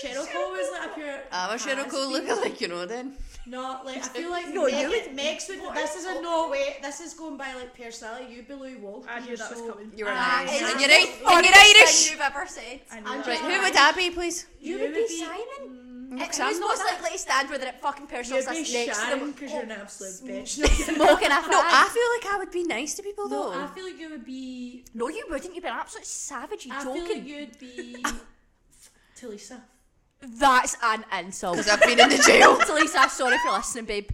Speaker 2: Cheryl Cole was like a pure.
Speaker 3: Ah,
Speaker 4: I'm a Cheryl
Speaker 2: has
Speaker 4: Cole
Speaker 2: been.
Speaker 4: lookalike, you know then.
Speaker 2: No, like I feel like
Speaker 3: No,
Speaker 2: no,
Speaker 3: you
Speaker 2: you would Meg's would. This is a no way. This is going by like personality. You'd be Louis Walsh.
Speaker 1: I knew
Speaker 2: You're
Speaker 1: that was
Speaker 2: so-
Speaker 1: coming.
Speaker 4: You're an
Speaker 2: Ah,
Speaker 4: Irish.
Speaker 2: yeah.
Speaker 4: Uh, And you're, right, and you're
Speaker 3: Funniest
Speaker 4: Irish.
Speaker 3: thing you've ever said.
Speaker 1: I knew
Speaker 2: I'm
Speaker 1: that.
Speaker 2: just-
Speaker 4: Who would that be, please?
Speaker 3: You, would, be, Simon.
Speaker 4: Because
Speaker 3: Who's
Speaker 4: I'm not
Speaker 3: most
Speaker 4: that-
Speaker 3: likely to stand whether it fucking person
Speaker 2: Mm, You'd
Speaker 3: is next
Speaker 2: be
Speaker 3: to
Speaker 2: Sharon
Speaker 3: them
Speaker 2: because you're an
Speaker 3: Oh,
Speaker 2: absolute bitch.
Speaker 3: smoking a
Speaker 4: No,
Speaker 3: fag.
Speaker 4: I feel like I would be nice to people
Speaker 2: No,
Speaker 4: though.
Speaker 2: I feel like you would be.
Speaker 3: No, you wouldn't. You'd be an absolute savage. You
Speaker 2: I feel
Speaker 3: joking?
Speaker 2: like you'd be. to Lisa.
Speaker 3: That's an insult.
Speaker 4: Because I've been in the jail.
Speaker 3: to Lisa, sorry for listening, babe.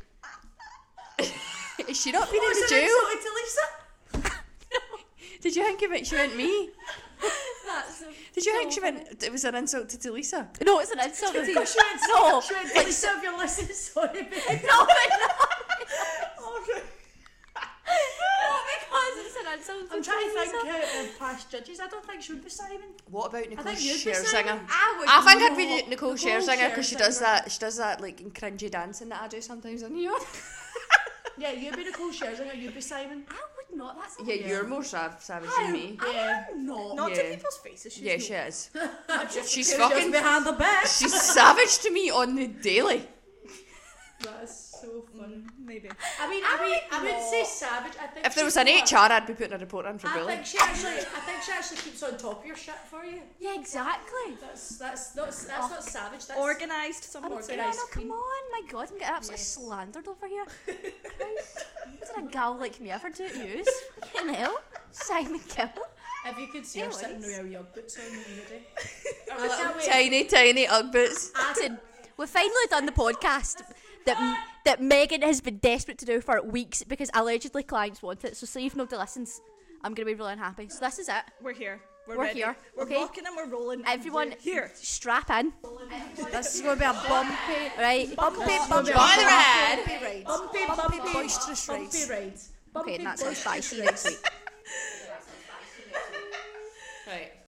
Speaker 4: Is she not been in the
Speaker 2: Is it
Speaker 4: jail?
Speaker 2: absolutely to Lisa?
Speaker 4: Did you think of it? She went me.
Speaker 3: That's
Speaker 4: Did you think she went? It was an insult to Delisa.
Speaker 3: no, it's an insult. to you.
Speaker 2: Because she went.
Speaker 3: No,
Speaker 2: She went to Lisa if you're listening. Sorry, babe.
Speaker 3: No, but no. no, because it's an insult.
Speaker 2: I'm trying to think
Speaker 3: Lisa.
Speaker 2: out of past judges. I don't think she would be Simon.
Speaker 4: What about Nicole
Speaker 2: think you'd be
Speaker 4: Scherzinger?
Speaker 3: I would.
Speaker 4: I think I'd be
Speaker 3: not-
Speaker 4: Nicole, Nicole Scherzinger because she does that. She does that like cringy dancing that I do sometimes on here.
Speaker 2: Yeah, you'd be Nicole Scherzinger. You'd be Simon.
Speaker 3: I would not. That's
Speaker 4: yeah,
Speaker 3: not-
Speaker 4: you're more sav- savage than me.
Speaker 3: I am not.
Speaker 1: Not to
Speaker 4: Yeah.
Speaker 1: people's faces. She's
Speaker 4: Yeah,
Speaker 1: not-
Speaker 4: she is. she's
Speaker 2: She's
Speaker 4: fucking.
Speaker 2: behind the back.
Speaker 4: She's savage to me on the daily.
Speaker 2: That's so funny.
Speaker 1: Maybe.
Speaker 2: I mean, I, mean, I would say savage. I think
Speaker 4: If there was
Speaker 2: she's
Speaker 4: an
Speaker 2: more-
Speaker 4: HR, I'd be putting a report in for
Speaker 2: I
Speaker 4: bullying.
Speaker 2: think she actually, I think she actually keeps on top of your shit for you.
Speaker 3: Yeah, exactly.
Speaker 2: That's that's not that's not savage. That's
Speaker 1: Organised someone.
Speaker 2: Or-
Speaker 3: Oh,
Speaker 2: organised
Speaker 3: no, come
Speaker 2: queen.
Speaker 3: on, my god, I'm getting absolutely
Speaker 2: Yes.
Speaker 3: slandered over here. Christ. What did a gal like me ever do to you? Fucking hell. Simon Cowell.
Speaker 2: if you could see her
Speaker 3: Anyways.
Speaker 2: sitting with her young boots on the other day.
Speaker 4: Our little
Speaker 2: can't wait.
Speaker 4: tiny, tiny Ugg boots.
Speaker 3: Listen, we've finally done the podcast that that Megan has been desperate to do for weeks because allegedly clients want it. So see if nobody listens. I'm gonna be really unhappy. So this is it.
Speaker 1: We're here. We're,
Speaker 3: We're
Speaker 1: ready.
Speaker 3: here,
Speaker 1: We're
Speaker 3: okay?
Speaker 1: rocking and we're rolling.
Speaker 3: Everyone,
Speaker 1: We're here.
Speaker 3: strap in,
Speaker 2: This is going to be a bumpy,
Speaker 3: right?
Speaker 2: bumpy, bumpy,
Speaker 4: By the ride.
Speaker 2: bumpy ride, bumpy, bumpy, boisterous ride, bumpy ride.
Speaker 3: Okay, and that's on
Speaker 2: boisterous
Speaker 3: spicy
Speaker 2: ride.
Speaker 3: next week.
Speaker 4: Right.